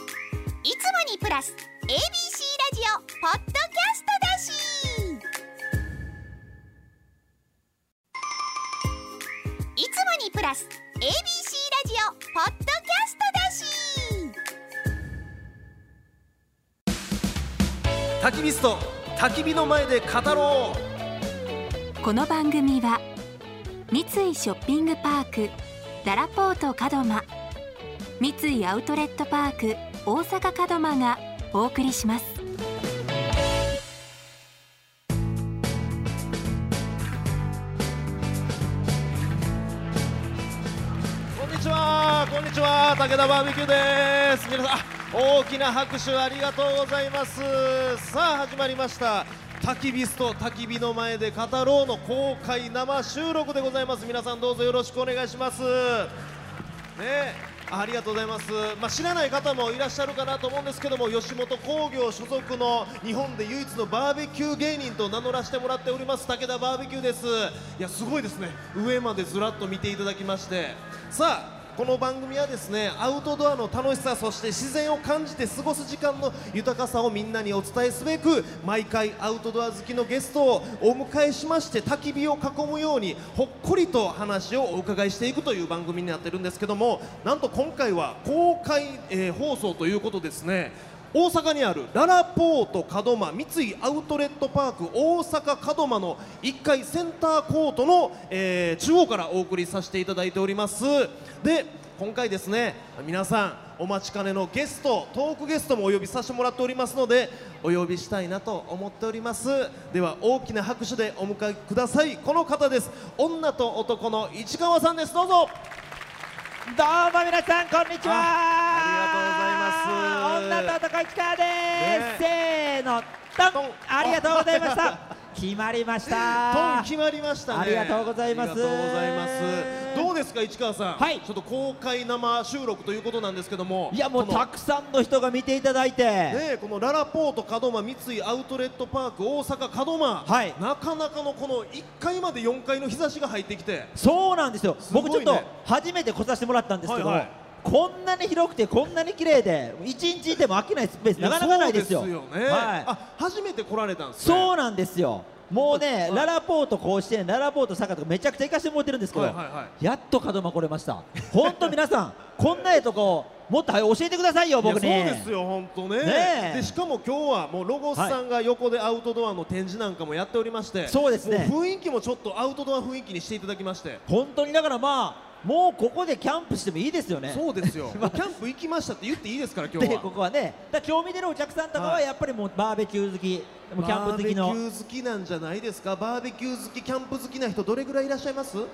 いつもにプラス ABC ラジオポッドキャストだしいつもにプラス ABC ラジオポッドキャストだし焚き火スト焚き火の前で語ろうこの番組は三井ショッピングパークららぽート門真三井アウトレットパーク大阪門真がお送りしますこんにちはこんにちは武田バーベキューです皆さんあ大きな拍手ありがとうございますさあ始まりました焚き火スト焚き火の前で語ろうの公開生収録でございます皆さんどうぞよろしくお願いしますねありがとうございます、まあ、知らない方もいらっしゃるかなと思うんですけども吉本興業所属の日本で唯一のバーベキュー芸人と名乗らせてもらっております武田バーベキューですいやすごいですね上までずらっと見ていただきましてさあこの番組はですねアウトドアの楽しさそして自然を感じて過ごす時間の豊かさをみんなにお伝えすべく毎回アウトドア好きのゲストをお迎えしまして焚き火を囲むようにほっこりと話をお伺いしていくという番組になってるんですけどもなんと今回は公開、えー放送ということですね大阪にあるララポート門真三井アウトレットパーク大阪門真の1階センターコートの、えー中央からお送りさせていただいておりますで今回ですね皆さんお待ちかねのゲストトークゲストもお呼びさせてもらっておりますのでお呼びしたいなと思っておりますでは大きな拍手でお迎えくださいこの方です女と男の市川さんですどうぞどうも皆さんこんにちはあありがとうございます女と男市川です、せーのトトンンありがとうございました決まりましたトン決まりましたねありがとうございますありがとうございますどうですか市川さんはいちょっと公開生収録ということなんですけどもいやもうこのたくさんの人が見ていただいて、ねえこのララポート門真三井アウトレットパーク大阪門真、はいなかなかのこの1階まで4階の日差しが入ってきてそうなんですよすごいね僕ちょっと初めて来させてもらったんですけど、はいはいこんなに広くてこんなに綺麗で一日いても飽きないスペースなかなかないですよそうね、はい、あ初めて来られたんですねそうなんですよもうね、はいララポート甲子園、ララポート坂とかめちゃくちゃ行かせてもらってるんですけど、はいはいはやっと門間来れました、本当皆さん、 こんなえとこ、もっと早く教えてくださいよ、僕に。いやそうですよ本当ねねえでしかも今日はもうロゴスさんが横でアウトドアの展示なんかもやっておりまして、そうですねもう雰囲気もちょっとアウトドア雰囲気にしていただきまして本当にだからまあ、もうここでキャンプしてもいいですよね。そうです よキャンプ行きましたって言っていいですから今日ではここはね、だから今日見てるお客さんとかははいやっぱりもうバーベキュー好き、もうキャンプ好きバーのベキュー好きなんじゃないですかバーベキュー好きキャンプ好きな人どれぐらいいらっしゃいますは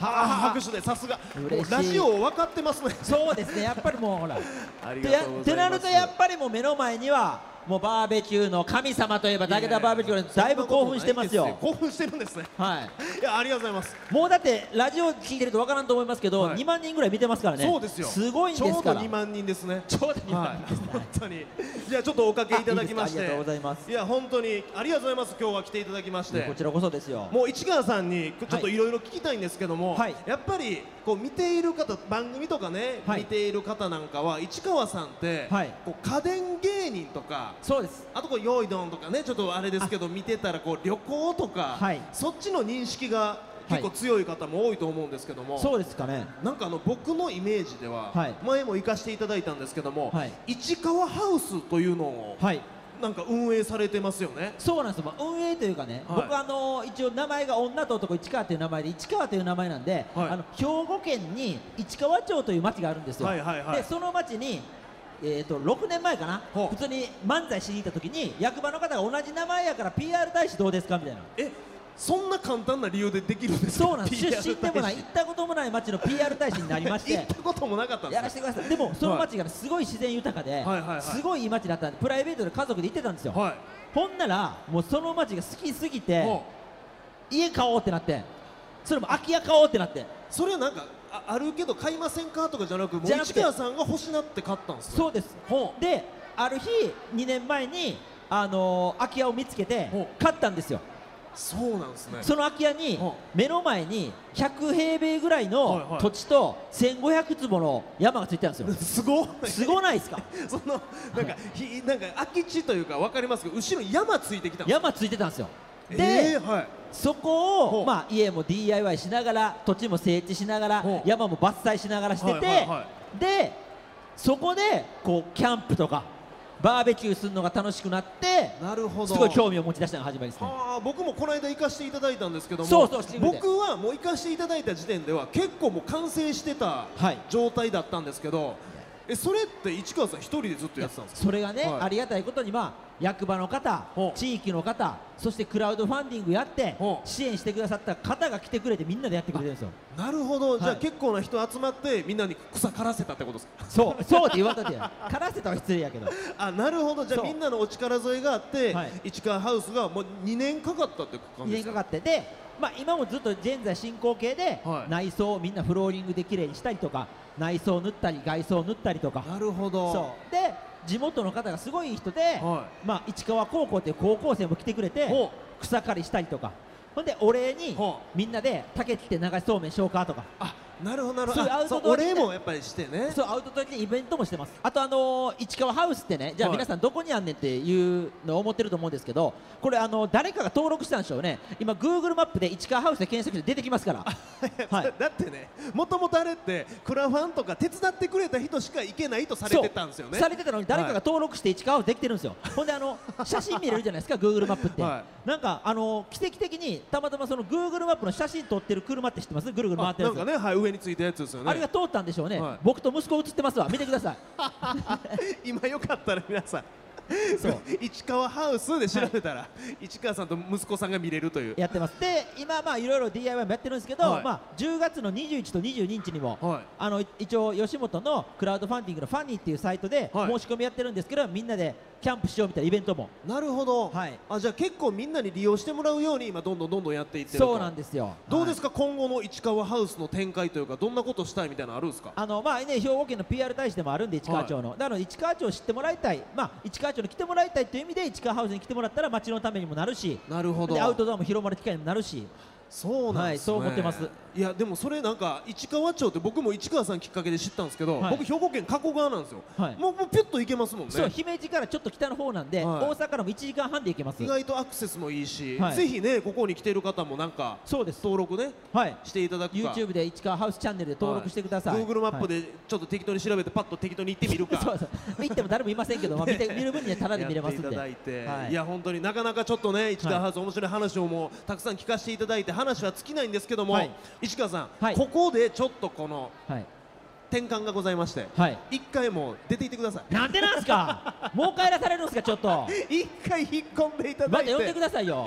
あ拍手でさすが嬉しいラジオ分かってますねそうですね、やっぱりもう ほら。ありてやってなるとやっぱりもう目の前にはもうバーベキューの神様といえば武田バーベキューのだいぶ興奮してますよ。興奮してるんですねはいやありがとうございますい、もうだってラジオ聞いてるとわからんと思いますけど、はい2万人ぐらい見てますからねそうですよすごいんですからちょうど2万人ですねちょうど2万はい、本当にじゃあちょっとおかけいただきましてあいいですかありがとうございますいや本当にありがとうございます今日は来ていただきましてこちらこそですよもう市川さんにちょっといろいろ聞きたいんですけども、はいやっぱりこう見ている方番組とかね、はい見ている方なんかは市川さんって、はいこう家電芸人とかそうですあとこう用意どんとかねちょっとあれですけど見てたらこう旅行とか、はいそっちの認識が結構はい強い方も多いと思うんですけども、そうですかねなんかあの僕のイメージでは、はい前も行かせていただいたんですけども、はい市川ハウスというのをはいなんか運営されてますよね。そうなんですよ、まあ運営というかね、はい僕あの一応名前が女と男市川という名前で市川という名前なんで、はいあの兵庫県に市川町という町があるんですよ、はいはいはいでその町にえー、と6年前かなほう普通に漫才しに行った時に役場の方が同じ名前やから PR 大使どうですかみたいなえそんな簡単な理由でできるんですかそうなんで す PR 出身でもない大行使ったこともない町の PR 大使になりまし 行ってたこともなかったんでやすらねせてくださいでもその町がねすごい自然豊かで、はいはいはいすごいいい町だったんでプライベートで家族で行ってたんですよ、はいほんならもうその町が好きすぎてほ家買おうってなってそれも空き家買おうってなってうそれはなんかああるけど買いませんかとかじゃなくもうじゃなく市て川さんが欲しなって買ったんですねそうですほうである日2年前にあのー空き家を見つけてほ買ったんですよそうなんですねその空き家には目の前に100平米ぐらいはいはのい土地と1500坪の山がついてたんですよ すごいすごないですか そのなんかひなんか空き地というかわかりますけど後ろに山ついてきたんです山ついてたんですよえでーはいそこほをうまあ家も DIY しながら土地も整地しながらほう山も伐採しながらしてはいはいてはでそこでこうキャンプとかバーベキューするのが楽しくなってなるほどすごい興味を持ち出したのが始まりですねはあ僕もこの間行かせていただいたんですけどもそうそうチームで僕はもう行かせていただいた時点では結構もう完成してたはい状態だったんですけどえそれって市川さん一人でずっとやってたんですかそれがね、はいありがたいことに、まあ、役場の方ほ、う地域の方、そしてクラウドファンディングやってほ、う支援してくださった方が来てくれて、みんなでやってくれてるんですよ。なるほど、じゃはあい結構な人集まってみんなに草刈らせたってことですかそう、 そうって言われたって、枯らせたは失礼やけど、 あなるほどじゃあそうみんなのお力添えがあって、はい市川ハウスがもう2年かかったって2感じで年すかかって、で、まあ、今もずっと現在進行形で、はい内装をみんなフローリングで綺麗にしたりとか、内装を塗ったり、外装を塗ったりとか、なるほどそうで、地元の方がすごいいい人で、はまあ、市川高校っていう高校生も来てくれて、ほ草刈りしたりとか。ほんでお礼にほみんなで竹切って流しそうめんしようかとかあなるほどなるほそういうどアあウトそうドアお的な礼もやっぱりしてねそうアウトドア的にイベントもしてますあとあのー市川ハウスってねじゃあはい皆さんどこにあんねんっていうのを思ってると思うんですけどこれあの誰かが登録したんでしょうね今 Google マップで市川ハウスで検索して出てきますからはい だってねもともとあれってクラファンとか手伝ってくれた人しか行けないとされてたんですよねそうされてたのに誰かが登録して市川ハウスできてるんですよ、ほんであの写真見れるじゃないですか Google マップって、はなんかあのー奇跡的にたまたまその Google マップの写真撮ってる車って知ってますぐるぐる回ってるやあつなんかね、はい、上についたやつですよねあれが通ったんでしょうね、はい僕と息子映ってますわ見てください今よかったら皆さんそう 市川ハウスで調べたら、市川さんと息子さんが見れるというやってますで今まあいろいろ DIY もやってるんですけど、はいまあ、10月の21と22日にも、はいあのい一応吉本のクラウドファンディングのファニーっていうサイトではい申し込みやってるんですけど、みんなでキャンプしようみたいなイベントもなるほど、はいあじゃあ結構みんなに利用してもらうように今どんどんどんどんやっていってるとそうなんですよどうですか、か、今後の市川ハウスの展開というかどんなことしたいみたいなのあるんですかはいあのまあね、兵庫県の PR 大使でもあるんで市川町の、なので市川町を知ってもらいたい、まあ、市川町に来てもらいたいという意味で市川ハウスに来てもらったら町のためにもなるしなるほでアウトドアも広まる機会にもなるしそうなんです、ねはいそう思ってますいやでもそれなんか市川町って僕も市川さんきっかけで知ったんですけど、はい僕兵庫県加古川なんですよ、はいもうもうピュッと行けますもんねそう姫路からちょっと北の方なんで、はい大阪からも1時間半で行けます意外とアクセスもいいし、はいぜひねここに来てる方もなんかそうです登録ねはいしていただくか YouTube で市川ハウスチャンネルで登録してください、 Google マップで、でちょっと適当に調べてパッと適当に行ってみるか そうそう行っても誰もいませんけど、まあ、見て見る分にはタダで見れますん やっでていただいて、、はいいや本当になかなかちょっとね市川ハウス、面白い話をもうたくさん聞かせていただいて話は尽きないんですけども、はい市川さん、はいここでちょっとこのはい、転換がございまして、はい一回もう出ていってくださなんでなんすかもう帰らされるんすかちょ っとい 一回引っ込んでいただまいたて呼んでくださいよ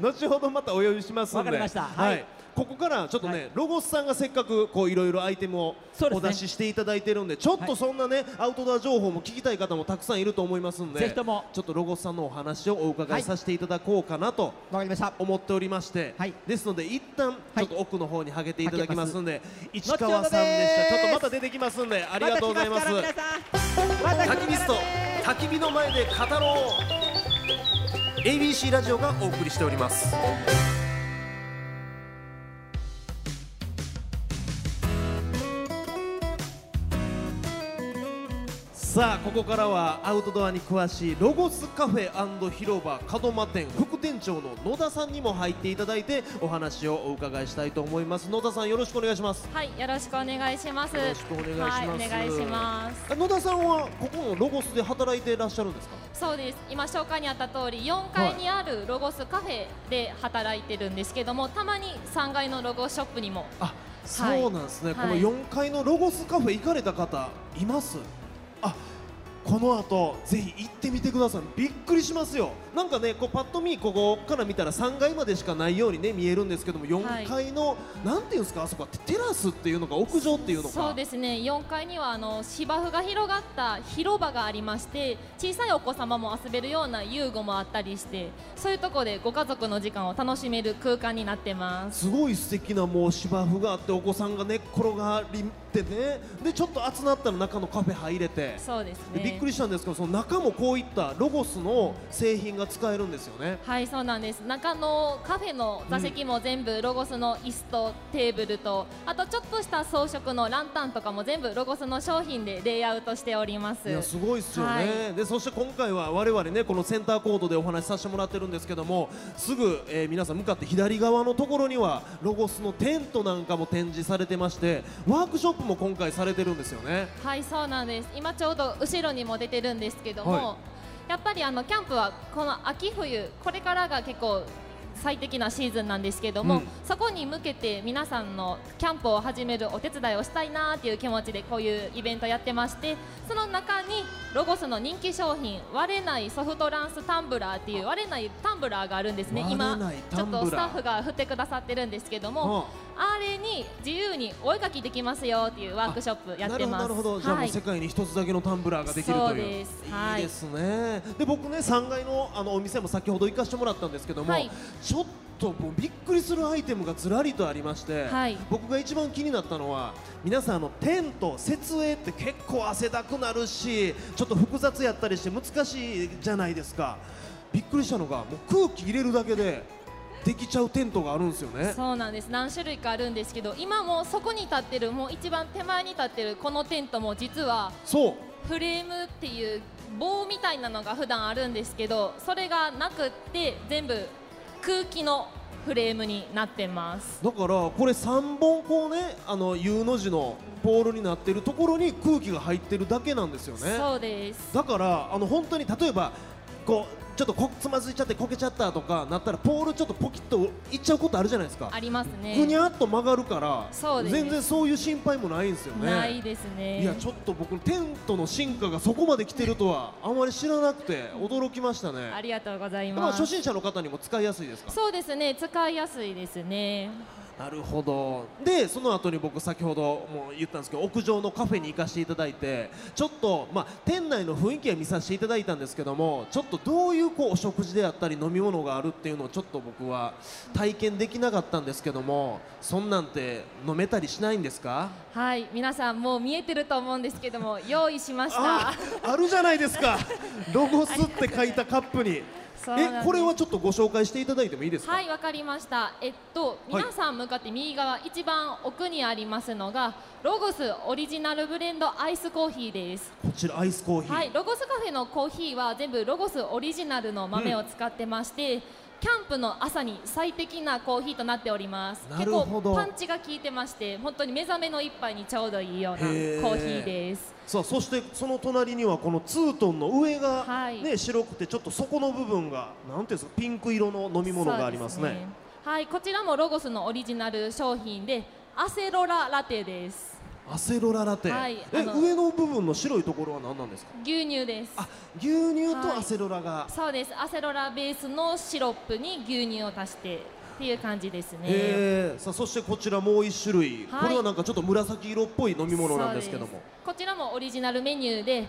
後ほどまたお呼びしますんでわかりましたはいここからちょっとね、はいロゴスさんがせっかくこういろいろアイテムをそうでおすね出ししていただいてるんでちょっとそんなね、アウトドア情報も聞きたい方もたくさんいると思いますんでぜひともちょっとロゴスさんのお話をお伺はいいさせていただこうかなとわかりました思っておりまして、はいですので一旦ちょっと奥の方にはげていただきますんで、市ます川さんでした後ちほょっとどですまた出てきますんでありがとうございますまた来ますから皆さんまた来ますから焚き火スト焚き火の前で語ろう ABC ラジオがお送りしておりますさあここからはアウトドアに詳しいロゴスカフェ広場門間店副店長の野田さんにも入っていただいてお話をお伺いしたいと思います野田さんよろしくお願いしますはい、よろしくお願いします。よろしくお願いしますはい、お願いします。あ野田さんはここのロゴスで働いていらっしゃるんですかそうです。今紹介にあった通り、4階にあるロゴスカフェで働いてるんですけども、たまに3階のロゴショップにも。あそうなんですね、はいこの4階のロゴスカフェ行かれた方いますあこの後ぜひ行ってみてくださいびっくりしますよなんかねこうパッと見ここから見たら3階までしかないようにね見えるんですけども4階の、なんていうんですかあそこはテラスっていうのか屋上っていうのかそうですね。4階にはあの芝生が広がった広場がありまして、小さいお子様も遊べるような遊具もあったりして、そういうとこでご家族の時間を楽しめる空間になってます。すごい素敵なもう芝生があってお子さんが寝っ転がりってねでちょっと暑なったら中のカフェ入れてそうですでねびっくりしたんですけどその中もこういったロゴスの製品が使えるんですよねはいそうなんです中のカフェの座席も全部ロゴスの椅子とテーブルと、あとちょっとした装飾のランタンとかも全部ロゴスの商品でレイアウトしておりますいやすごいっすよね、でそして今回は我々ねこのセンターコートでお話しさせてもらってるんですけどもすぐ、えー皆さん向かって左側のところにはロゴスのテントなんかも展示されてましてワークショップも今回されてるんですよねはいそうなんです今ちょうど後ろにも出てるんですけども、はやっぱりあのキャンプはこの秋冬これからが結構最適なシーズンなんですけどうも、んそこに向けて皆さんのキャンプを始めるお手伝いをしたいなっていう気持ちでこういうイベントやってましてその中にロゴスの人気商品割れないソフトランスタンブラーっていう割れないタンブラーがあるんですね今割れないちタょンっブラーとスタッフが振ってくださってるんですけども、はあれに自由にお絵かきできますよっていうワークショップやってます。なるほどなるほど、じゃあもう世界に一つだけのタンブラーができるというそうですはいいですねで僕ね3階のあのお店も先ほど行かせてもらったんですけども、はいちょっともうびっくりするアイテムがずらりとありまして、はい僕が一番気になったのは皆さんあのテント設営って結構汗だくなるしちょっと複雑やったりして難しいじゃないですかびっくりしたのがもう空気入れるだけでできちゃうテントがあるんですよねそうなんです何種類かあるんですけど今もそこに立ってるもう一番手前に立ってるこのテントも実はそうフレームっていう棒みたいなのが普段あるんですけどそれがなくって全部空気のフレームになってますだからこれ3本こうねあの U の字のポールになってるところに空気が入ってるだけなんですよねそうですだからあの本当に例えばこうちょっとこつまずいちゃってこけちゃったとかなったらポールちょっとポキッといっちゃうことあるじゃないですかありますぐにねゃっと曲がるからそうです全然そういう心配もないんですよねないですねいやちょっと僕テントの進化がそこまで来てるとはあんまり知らなくて驚きましたねありがとうございまあます初心者の方にも使いやすいですかそうですね使いやすいですねなるほどでその後に僕先ほども言ったんですけど屋上のカフェに行かせていただいてちょっと、まあ、店内の雰囲気は見させていただいたんですけどもちょっとどういうこうお食事であったり飲み物があるっていうのをちょっと僕は体験できなかったんですけどもそんなんて飲めたりしないんですかはい皆さんもう見えてると思うんですけど も用意しましたああるじゃないです かロゴスって書いたカップにそうなんでえすこれはちょっとご紹介していただいてもいいですか、はいわかりましたえっとい皆さん向かって右側一番奥にありますのがロゴスオリジナルブレンドアイスコーヒーですこちらアイスコーヒー、はいロゴスカフェのコーヒーは全部ロゴスオリジナルの豆を使ってまして、キャンプの朝に最適なコーヒーとなっておりますなるほど結構パンチが効いてまして本当に目覚めの一杯にちょうどいいようなコへーーヒーですさあそしてその隣にはこのツートンの上が、ねはい白くてちょっと底の部分がなんていうんですかピンク色の飲み物がありますねそうではいこちらもロゴスのオリジナル商品でアセロララテですアセロララテ、はいえあの上の部分の白いところは何なんですか牛乳ですあ牛乳とアセロラが、そうですアセロラベースのシロップに牛乳を足してっていう感じですねへえさあそしてこちらもう一種類、はいこれはなんかちょっと紫色っぽい飲み物なんですけどそうもですこちらもオリジナルメニューで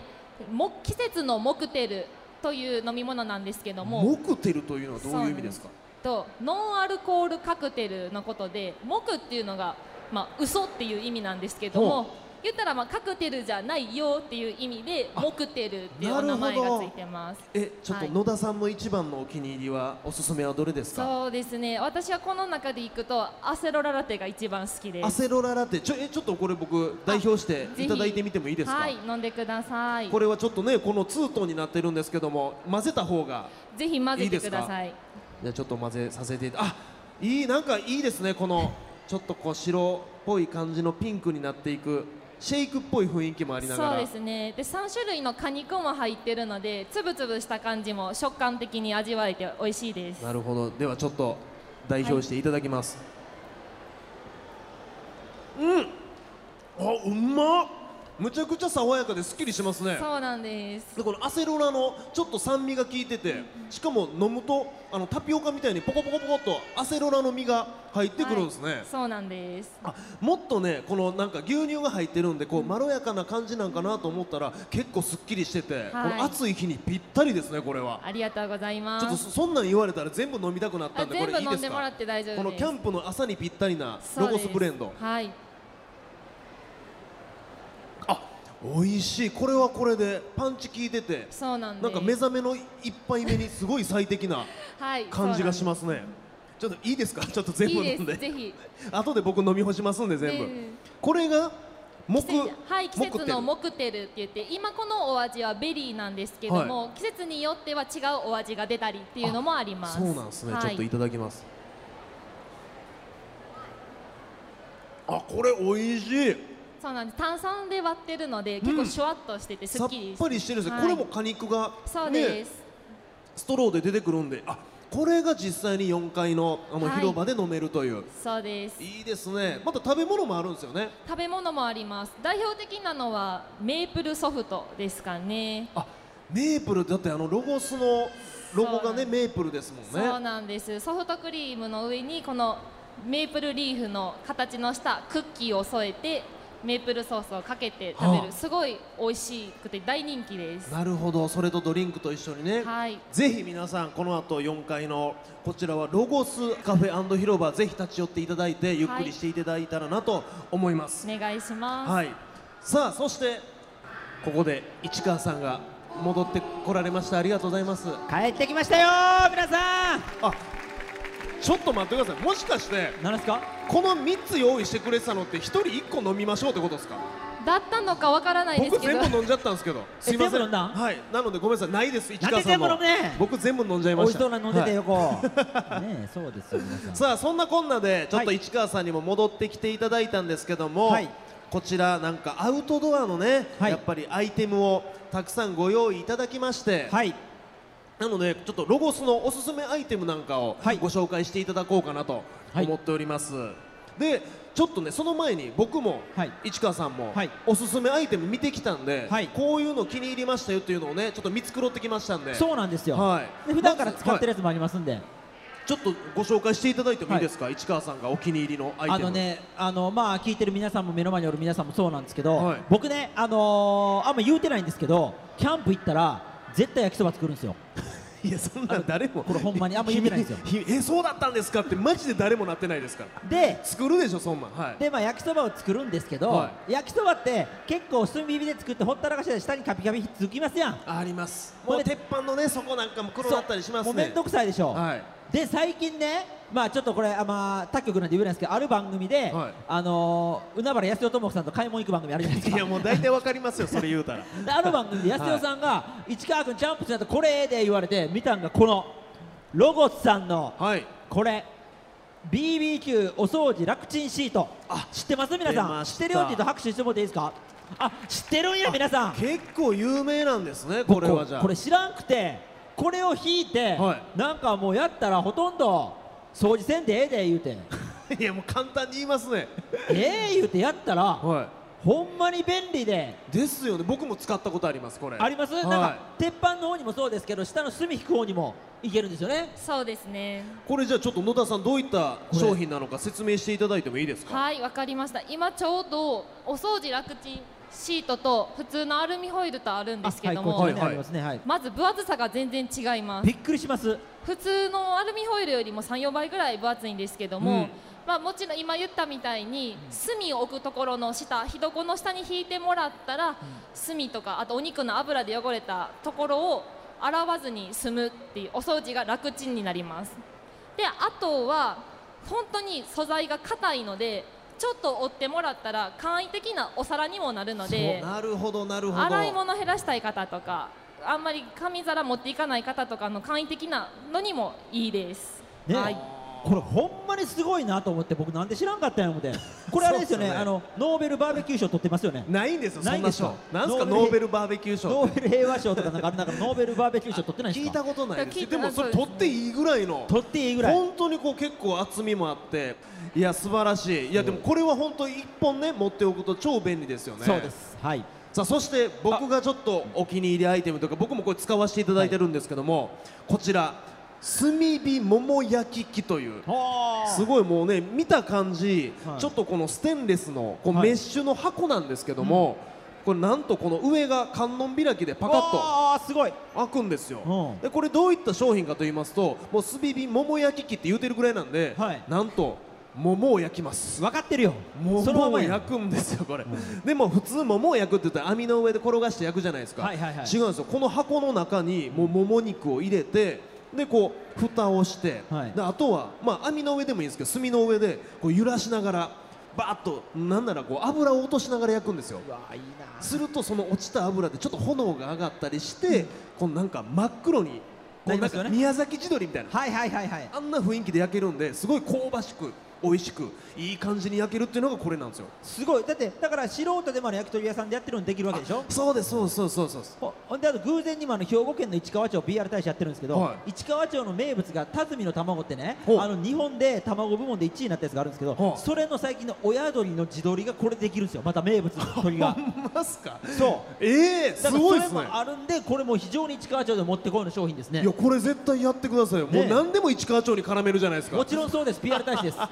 も季節のモクテルという飲み物なんですけどもモクテルというのはどういう意味ですかとノンアルコールカクテルのことでモクっていうのがまあ嘘っていう意味なんですけどほも言ったらまあカクテルじゃないよっていう意味でモクテルっていうお名前なるがほつどいてますえちょっとはい野田さんの一番のお気に入りはおすすめはどれですかそうですね私はこの中でいくとアセロララテが一番好きですアセロララテちょえちょっとこれ僕代表してぜひいただいてみてもいいですかはい、飲んでください。これはちょっとねこのツートンになってるんですけども混ぜた方がぜひ混ぜてください。じゃあちょっと混ぜさせていたあいいなんかいいですねこのちょっとこう白っぽい感じのピンクになっていくシェイクっぽい雰囲気もありながそうらですね。で、三種類の果肉も入ってるので、つぶつぶした感じも食感的に味わえて美味しいです。なるほどではちょっと代表していただきます、うんあうまっむちゃくちゃ爽やかですっきりしますねそうなんです。でこのアセロラのちょっと酸味が効いててしかも飲むとあのタピオカみたいにポコポコポコっとアセロラの実が入ってくるんですね、はいそうなんです。あもっとねこのなんか牛乳が入ってるんでこうまろやかな感じなんかなと思ったら結構すっきりしてて、この暑い日にぴったりですねこれはありがとうございまちょっとす。そそんなん言われたら全部飲みたくなったあ、んでこ全れ部いい飲でんすでもらかって大丈夫です。このキャンプの朝にぴったりなそうロですゴスブレンドはい。美味しいこれはこれでパンチ効いててそうなんですなんか目覚めの一杯目にすごい最適なはい感じがしまますねちょっといいですか ちょっと全部いい飲んでですぜひ後で僕飲み干しますんで全部、ええこれが木はい季節の木モクテルって言って今このお味はベリーなんですけども、季節によっては違うお味が出たりっていうのもありまっすてそうなんですね、はいちょっといただきますあこれ美味しいそうなんです炭酸で割ってるので結構シュワッとしててすさっっきりぱりしてるんですよ、はいこれも果肉が、そうでねす、、ストローで出てくるんであこれが実際に4階のあのはい広場で飲めるという、そうですい、いですねまた食べ物もあるんですよね食べ物もあります代表的なのはメープルソフトですかねあメープルだってあのロゴスのロゴそうがなんでねすメープルですもんそうねなんですソフトクリームの上にこのメープルリーフの形のしたクッキーを添えてメープルソースをかけて食べはる、あすごい美味しくて大人気ですなるほどそれとドリンクと一緒にね、はいぜひ皆さんこの後4階のこちらはロゴスカフェ広場ぜひ立ち寄っていただいてゆっくりしていただいたらなと思います、お願いします、はい、さあそしてここで市川さんが戻ってこられましたありがとうございます帰ってきましたよ皆さんあちょっと待ってくださいもしかして何ですかこの3つ用意してくれてたのって1人1個飲みましょうってことですかだったのかわからないです僕けど全部飲んじゃったんですけどすいません全部飲んだはいなのでごめんなさいないです市川さんのなんで全部飲むねん僕全部飲んじゃい美ま味ししたそうなの飲んでてはいよこうねえそうですよ皆さんさ あそんなこんなでちょっとはい市川さんにも戻ってきていただいたんですけども、はいこちらなんかアウトドアのね、はいやっぱりアイテムをたくさんご用意いただきまして、はいなのでちょっとロゴスのおすすめアイテムなんかをはいご紹介していただこうかなとはい思っております、でちょっとねその前に僕も、はい市川さんも、はいおすすめアイテム見てきたんで、はいこういうの気に入りましたよっていうのをねちょっと見繕ってきましたんでそうなんですよ、はいで普段から使ってまずはるやつもありますんで、いちょっとご紹介していただいてもいいですか、市川さんがお気に入りのアイテムあのねあのまあ聞いてる皆さんも目の前におる皆さんもそうなんですけど、はい僕ねあのーあんま言うてないんですけどキャンプ行ったら絶対焼きそば作るんですよいやそんなん誰もこれほんまにあんま言ってないんですよひひえそうだったんですかってマジで誰もなってないですからで作るでしょそんなんはいでまあ焼きそばを作るんですけど、は焼きそばって結構炭火で作ってほったらかしで下にカピカピつきますやんありますこもうれ鉄板のねそこなんかも黒だったりしますねそうもうめんどくさいでしょ、はいで最近ねまあちょっとこれあまあ他局なんで言えないんですけどある番組で、はいあのー、海原康代智子さんと買い物行く番組あるじゃないですいかやもう大体わかりますよそれ言うたらである番組で安代さんが、市川君ジャンプしないとこれで言われて見たんがこのロゴスさんのはいこれ BBQ お掃除楽ちんシートあ知ってます皆出さまんし知たってるよって言うと拍手してもらっていいですかあ知ってるんや皆さん結構有名なんですねこれはじゃあこれ知らんくてこれを引いて、はなんかもうやったらほとんど掃除せんでええで言 うていやもう簡単に言いますねええ言うてやったら、はほんまに便利でいですよね僕も使ったことありますこれあります、はいなんか鉄板の方にもそうですけど下の隅引く方にもいけるんですよねそうですねこれじゃあちょっと野田さんどういったれ商品なのか説明していただいてもいいですかはいわかりました今ちょうどお掃除楽ちんシートと普通のアルミホイルとあるんですけども、あはい、こちはらにいはいありますね、はいまず分厚さが全然違いますびっくりします普通のアルミホイルよりも34倍ぐらい分厚いんですけども、うんまあ、もちろん今言ったみたいに炭を置くところの下火床の下に引いてもらったら、炭とかあとお肉の油で汚れたところを洗わずに済むっていうお掃除が楽ちんになりますであとは本当に素材が硬いのでちょっと折ってもらったら簡易的なお皿にもなるのでそうなるほどなるほど洗い物減らしたい方とかあんまり紙皿持っていかない方とかの簡易的なのにもいいです、ね、はい、これほんまにすごいなと思って僕なんで知らんかったんや 思ってこれあれですよねそうっすよねあのノーベルバーベキュー賞取ってますよねないんですよそないんんなでし賞ょなんすかノノーーベベルルバーベキュー賞ノーベル平和賞とかなんかある中のノーベルバーベキュー賞取ってないです聞いかたことないです聞いよたでもそれそ取うですっていいぐらいの取っていいぐらい本当にこう結構厚みもあっていや素晴らしいいやでもこれは本当一本ね持っておくと超便利ですよねそうですはいさあそして僕がちょっとお気に入りアイテムとか僕もこれ使わせていただいてるんですけども、こちら炭火桃焼き器というすごいもうね見た感じ、はいちょっとこのステンレスのこうはいメッシュの箱なんですけども、これなんとこの上が観音開きでパカッとあすごい開くんですよ、うんでこれどういった商品かと言いますともう炭火桃焼き器って言うてるぐらいなんで、はいなんと桃を焼きます分かってるよそのま桃まをやん焼くんですよこれ、でも普通桃を焼くって言ったら網の上で転がして焼くじゃないですか、はいはいはい違うんですよこの箱の中にもう桃肉を入れてでこう蓋をして、はいであとは、まあ、網の上でもいいんですけど炭の上でこう揺らしながらバーッとなんならこう油を落としながら焼くんですようわいいなするとその落ちた油でちょっと炎が上がったりして、このなんか真っ黒にこなうなりまんすよかね宮崎地鶏みたいなはいはいはいはいあんな雰囲気で焼けるんですごい香ばしく美味しくいい感じに焼けるっていうのがこれなんですよすごいだってだから素人でもあの焼き鳥屋さんでやってるのできるわけでしょそうですそうですそうですそうですほほんであと偶然にもあの兵庫県の市川町 PR 大使やってるんですけど、は市川町の名物が辰巳の卵ってねほうあの日本で卵部門で1位になったやつがあるんですけど、ほうそれの最近の親鶏の地鶏がこれできるんですよまた名物の鶏 がますかそうええだすからごいでそれすねもあるんでこれも非常に市川町でもってこいの商品ですねいやこれ絶対やってくださいよ、ねもう何でも市川町に絡めるじゃないですかもちろんそうです PR 大使です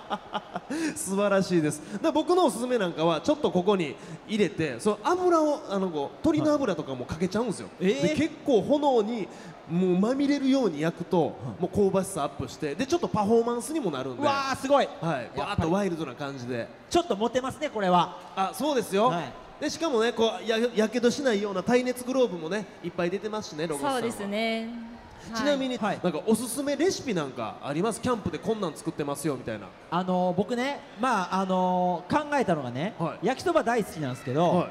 素晴らしいですだから僕のおすすめなんかはちょっとここに入れてその油をあのこう鶏の油とかもかけちゃうんですよ、えーで結構炎にもうまみれるように焼くと、もう香ばしさアップしてでちょっとパフォーマンスにもなるんうでわーすごいはい、やバーっぱりッとワイルドな感じでちょっとモテますねこれはあそうですよ、はいでしかもねこうややけどしないような耐熱グローブもねいっぱい出てますしねロゴスさんはそうですね。はいちなみに、はいなんかおすすめレシピなんかありますキャンプでこんなん作ってますよみたいなあのー僕ねまああのー考えたのがね、はい焼きそば大好きなんですけど、はい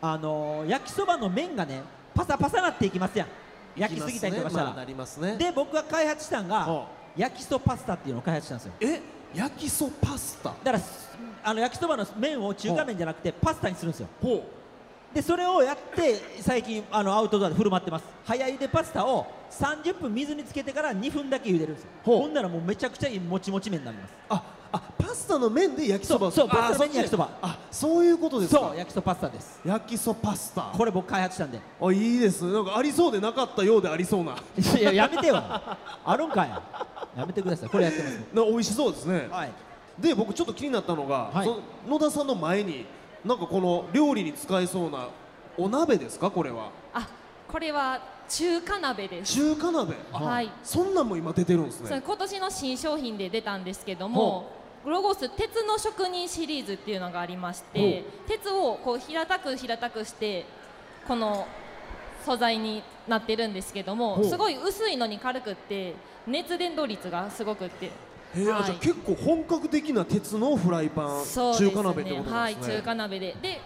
あのー焼きそばの麺がねパサパサなっていきますやん焼きすぎたりとかしたら、まあなりますねで僕が開発したんが、はあ焼きそパスタっていうのを開発したんですよえ焼きそパスタだからすあの焼きそばの麺を中華麺じゃなくてパスタにするんですよほでそれをやって最近あのアウトドアで振る舞ってます早茹でパスタを30分水につけてから2分だけ茹でるんですよほうほんならもうめちゃくちゃいいもちもち麺になりますああパスタの麺で焼きそばをそうそうあパスタの麺に焼きそばっちあそういうことですかそう焼きそパスタです焼きそパスタこれ僕開発したんであいいですねなんかありそうでなかったようでありそうないややめてよあるんかいやめてくださいこれやってますな美味しそうですね、はいで僕ちょっと気になったのが、はいその野田さんの前になんかこの料理に使えそうなお鍋ですかこれはあ、これは中華鍋です。中華鍋あはいそんなんも今出てるんですそれね今年の新商品で出たんですけども。ロゴス鉄の職人シリーズっていうのがありまして鉄をこう平たく平たくしてこの素材になってるんですけどほもうすごい薄いのに軽くって熱伝導率がすごくってへえ、はいじゃあ結構本格的な鉄のフライパン、そうですね中華鍋ってことなんですね、はい、中華鍋でで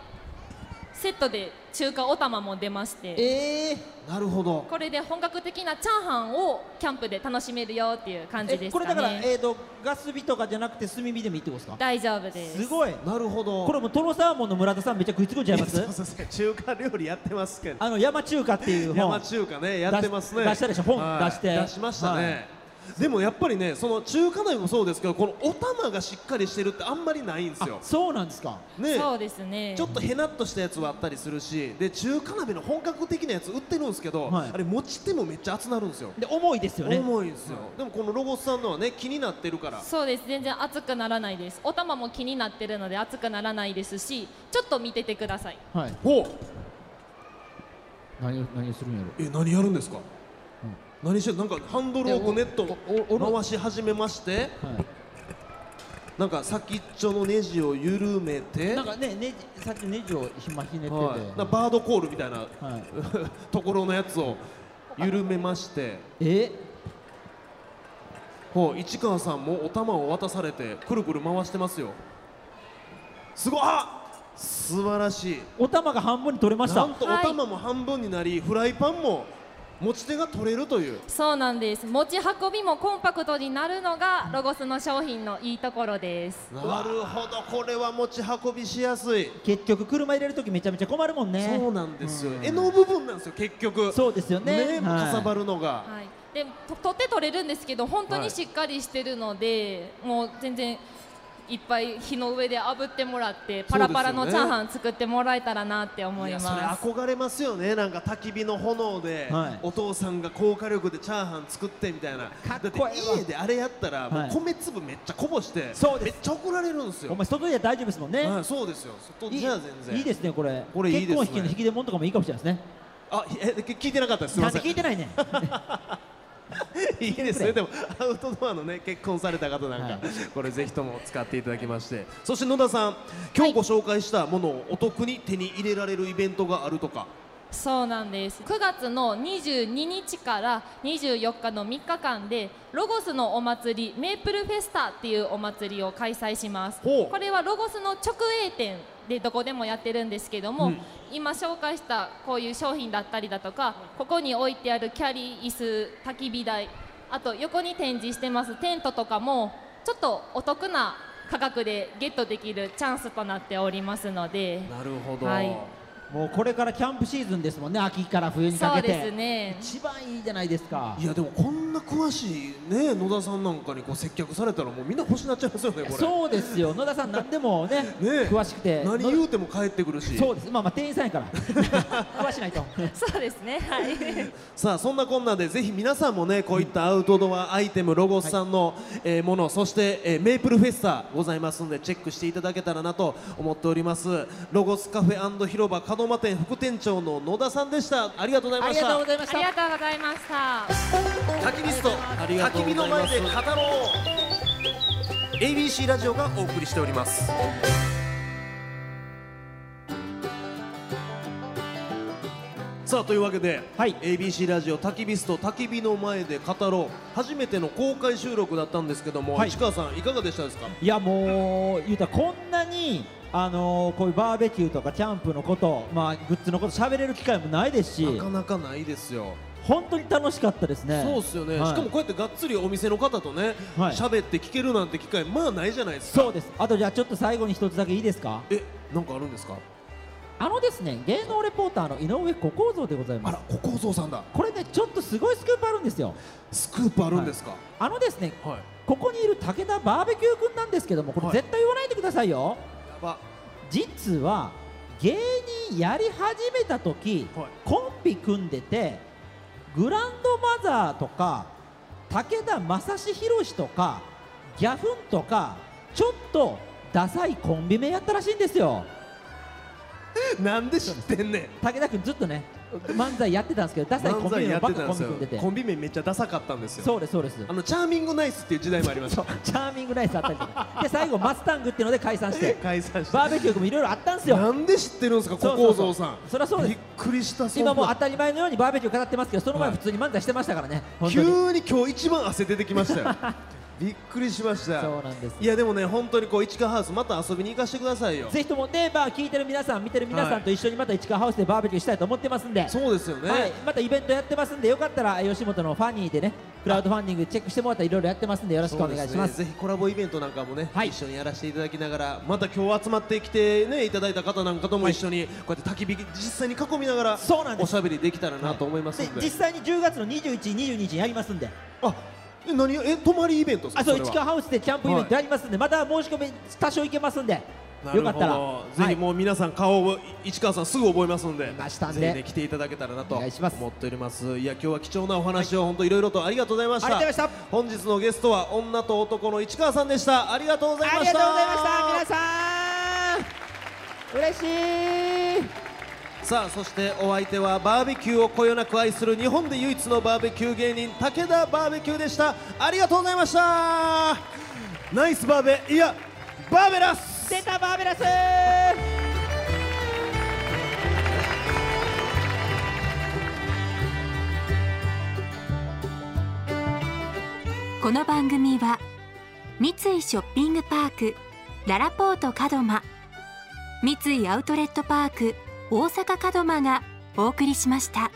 セットで中華お玉も出ましてええなるほどこれで本格的なチャーハンをキャンプで楽しめるよっていう感じえですこかねれだから、えー、とガス火とかじゃなくて炭火でもいいってことですか大丈夫ですすごいなるほどこれもうトロサーモンの村田さんめっちゃ食いつくんちゃいまそうす そうそう中華料理やってますけどあの山中華っていう山本中華ねやってますね出し出したでしょ本はい出して出しましたね、でもやっぱりねその中華鍋もそうですけどこのお玉がしっかりしてるってあんまりないんですよそうなんですかねそうですねちょっとへなっとしたやつはあったりするしで中華鍋の本格的なやつ売ってるんですけど、はいあれ持ち手もめっちゃ熱なるんですよで重いですよね重いんですよ、でもこのロゴスさんのはね気になってるからそうです全然熱くならないですお玉も気になってるので熱くならないですしちょっと見ててくださいはいほう何を何をするんやろえ何やるんですか、何してるなんかハンドルをこうネットおおお回し始めましてはいなんか先っちょのネジを緩めてなんかねねじさっきネジをひまひねってて、はい、なんかバードコールみたいな はいところのやつを緩めましてえほう市川さんもお玉を渡されてくるくる回してますよすごいあ素晴らしいお玉が半分に取れましたなんとおはい玉も半分になり、フライパンも持ち手が取れるというそうなんです持ち運びもコンパクトになるのがロゴスの商品のいいところですなるほどこれは持ち運びしやすい、結局車入れるときめちゃめちゃ困るもんねそうなんですよ柄の部分なんですよ結局そうですよねねはいかさばるのが、はい、でと取って取れるんですけど本当はいにしっかりしてるので、もう全然いっぱい火の上で炙ってもらってパラパラのそうでチすャよねーハン作ってもらえたらなって思いいやますそれ憧れますよねなんか焚き火の炎で、はいお父さんが高火力でチャーハン作ってみたいなかっこええだわって家であれやったら、もうはい米粒めっちゃこぼしてそうですめっちゃ怒られるんですよお前外で大丈夫ですもんね、はい、そうですよ外いいじゃ全然いいですねこれこれいいですね結婚式の引き出物とかもいいかもしれないですねあひえ聞聞いてなかったですすいなまんせでん聞いてないねんいいですね、でもアウトドアのね結婚された方なんか、これぜひとも使っていただきまして、そして野田さん、今日ご紹介したものをお得に手に入れられるイベントがあるとか、そうなんです9月の22日から24日の3日間でロゴスのお祭りメープルフェスタっていうお祭りを開催しますほうこれはロゴスの直営店でどこでもやってるんですけども、うん今紹介したこういう商品だったりだとかここに置いてあるキャリー椅子焚き火台あと横に展示してますテントとかもちょっとお得な価格でゲットできるチャンスとなっておりますのでなるほど、はいもうこれからキャンプシーズンですもんね秋から冬にかそけうてですね一番いいじゃないですかいやでもこんな詳しいね野田さんなんかにこう接客されたらもうみんな欲しになっちゃいますよねこれそうですよ野田さん何でもねね詳しくて何言うても帰ってくるしそうですまあまあ店員さん やから詳しないとそうですねはいさあそんなこんなでぜひ皆さんもねこういったアウトドアアイテムロゴスさんの、えーものそして、えーメープルフェスタございますのでチェックしていただけたらなと思っておりますロゴスカフェ広場門間店副店長の野田さんでしたありがとうございあまりしがとうごたざいましあたりがとう焚き火スト焚きございました。火の前で語ろう ABC ラジオがお送りしておりますさあというわけで、はい ABC ラジオ焚き火スト焚き火の前で語ろう初めての公開収録だったんですけども、はい市川さんいかがでしたですかいやもう言うたらこんなにあのーこういうバーベキューとかキャンプのことまあグッズのこと喋れる機会もないですしなかなかないですよ、本当に楽しかったですねそうですよね、はいしかもこうやってがっつりお店の方とねはい喋、って聞けるなんて機会まあないじゃないですかそうですあとじゃあちょっと最後に一つだけいいですかえなんかあるんですかあのですね芸能レポーターの井上小構造でございあますら小構造さんだこれねちょっとすごいスクープあるんですよスクープあるんですか、あのですねはい、ここにいる武田バーベキュー君なんですけどもこれはい絶対言わないでくださいよ、やば実は芸人やり始めた時、はいコンビ組んでてグランドマザーとか武田正史宏とかギャフンとかちょっとダサいコンビ名やったらしいんですよなんで知ってんねん武田君ずっとね漫才やってたんですけどダサいコン漫ビ才名やのっばってかたんでコンすよビ組んでてコンビ名めっちゃダサかったんですよそうですそうですあのチャーミングナイスっていう時代もありましそたうチャーミングナイスあったりとかで最後マスタングっていうので解散して解散して バーベキューもいろいろあったんですよなんで知ってるんですか小そうそ構うそう造さんそりゃそうですびっくりしたそんな今もう当たり前のようにバーベキュー語ってますけどその前はい普通に漫才してましたからね、本当に急に今日一番汗出てきましたよ びっくりしましたそうなんですいやでもね本当にこう市川ハウスまた遊びに行かせてくださいよぜひともで、まあ、聞いてる皆さん見てる皆はさいんと一緒にまた市川ハウスでバーベキューしたいと思ってますんでそうですよね、はい、またイベントやってますんでよかったら吉本のファニーでねクラウドファンディングチェックしてもらったらいろいろやってますんでよろしくお願いしますそうでねぜひコラボイベントなんかもね、はい一緒にやらせていただきながらまた今日集まってきてねいただいた方なんかとも一緒にこうやって焚き火実際に囲みながらそうなんですおしゃべりできたらなと思いますでんで,、実際に10月の21、22にやりますんであえ何え泊まりイベントですかあそうれは市川ハウスでキャンプイベントやりますんで、また申し込み多少いけますんでなるよほかどったらぜひもう皆さん顔をい市川さんすぐ覚えますんでましたんでぜひね来ていただけたらなとお願いします思っておりますいや今日は貴重なお話を本当いろいろとありがとうございましたありがとうございました本日のゲストは女と男の市川さんでしたありがとうございあまりしがたとうございました皆さん嬉しいさあそしてお相手はバーベキューをこよなく愛する日本で唯一のバーベキュー芸人武田バーベキューでしたありがとうございましたナイスバーベいやバーベラス出たバーベラスこの番組は三井ショッピングパークららぽート門真三井アウトレットパーク大阪門真がお送りしました。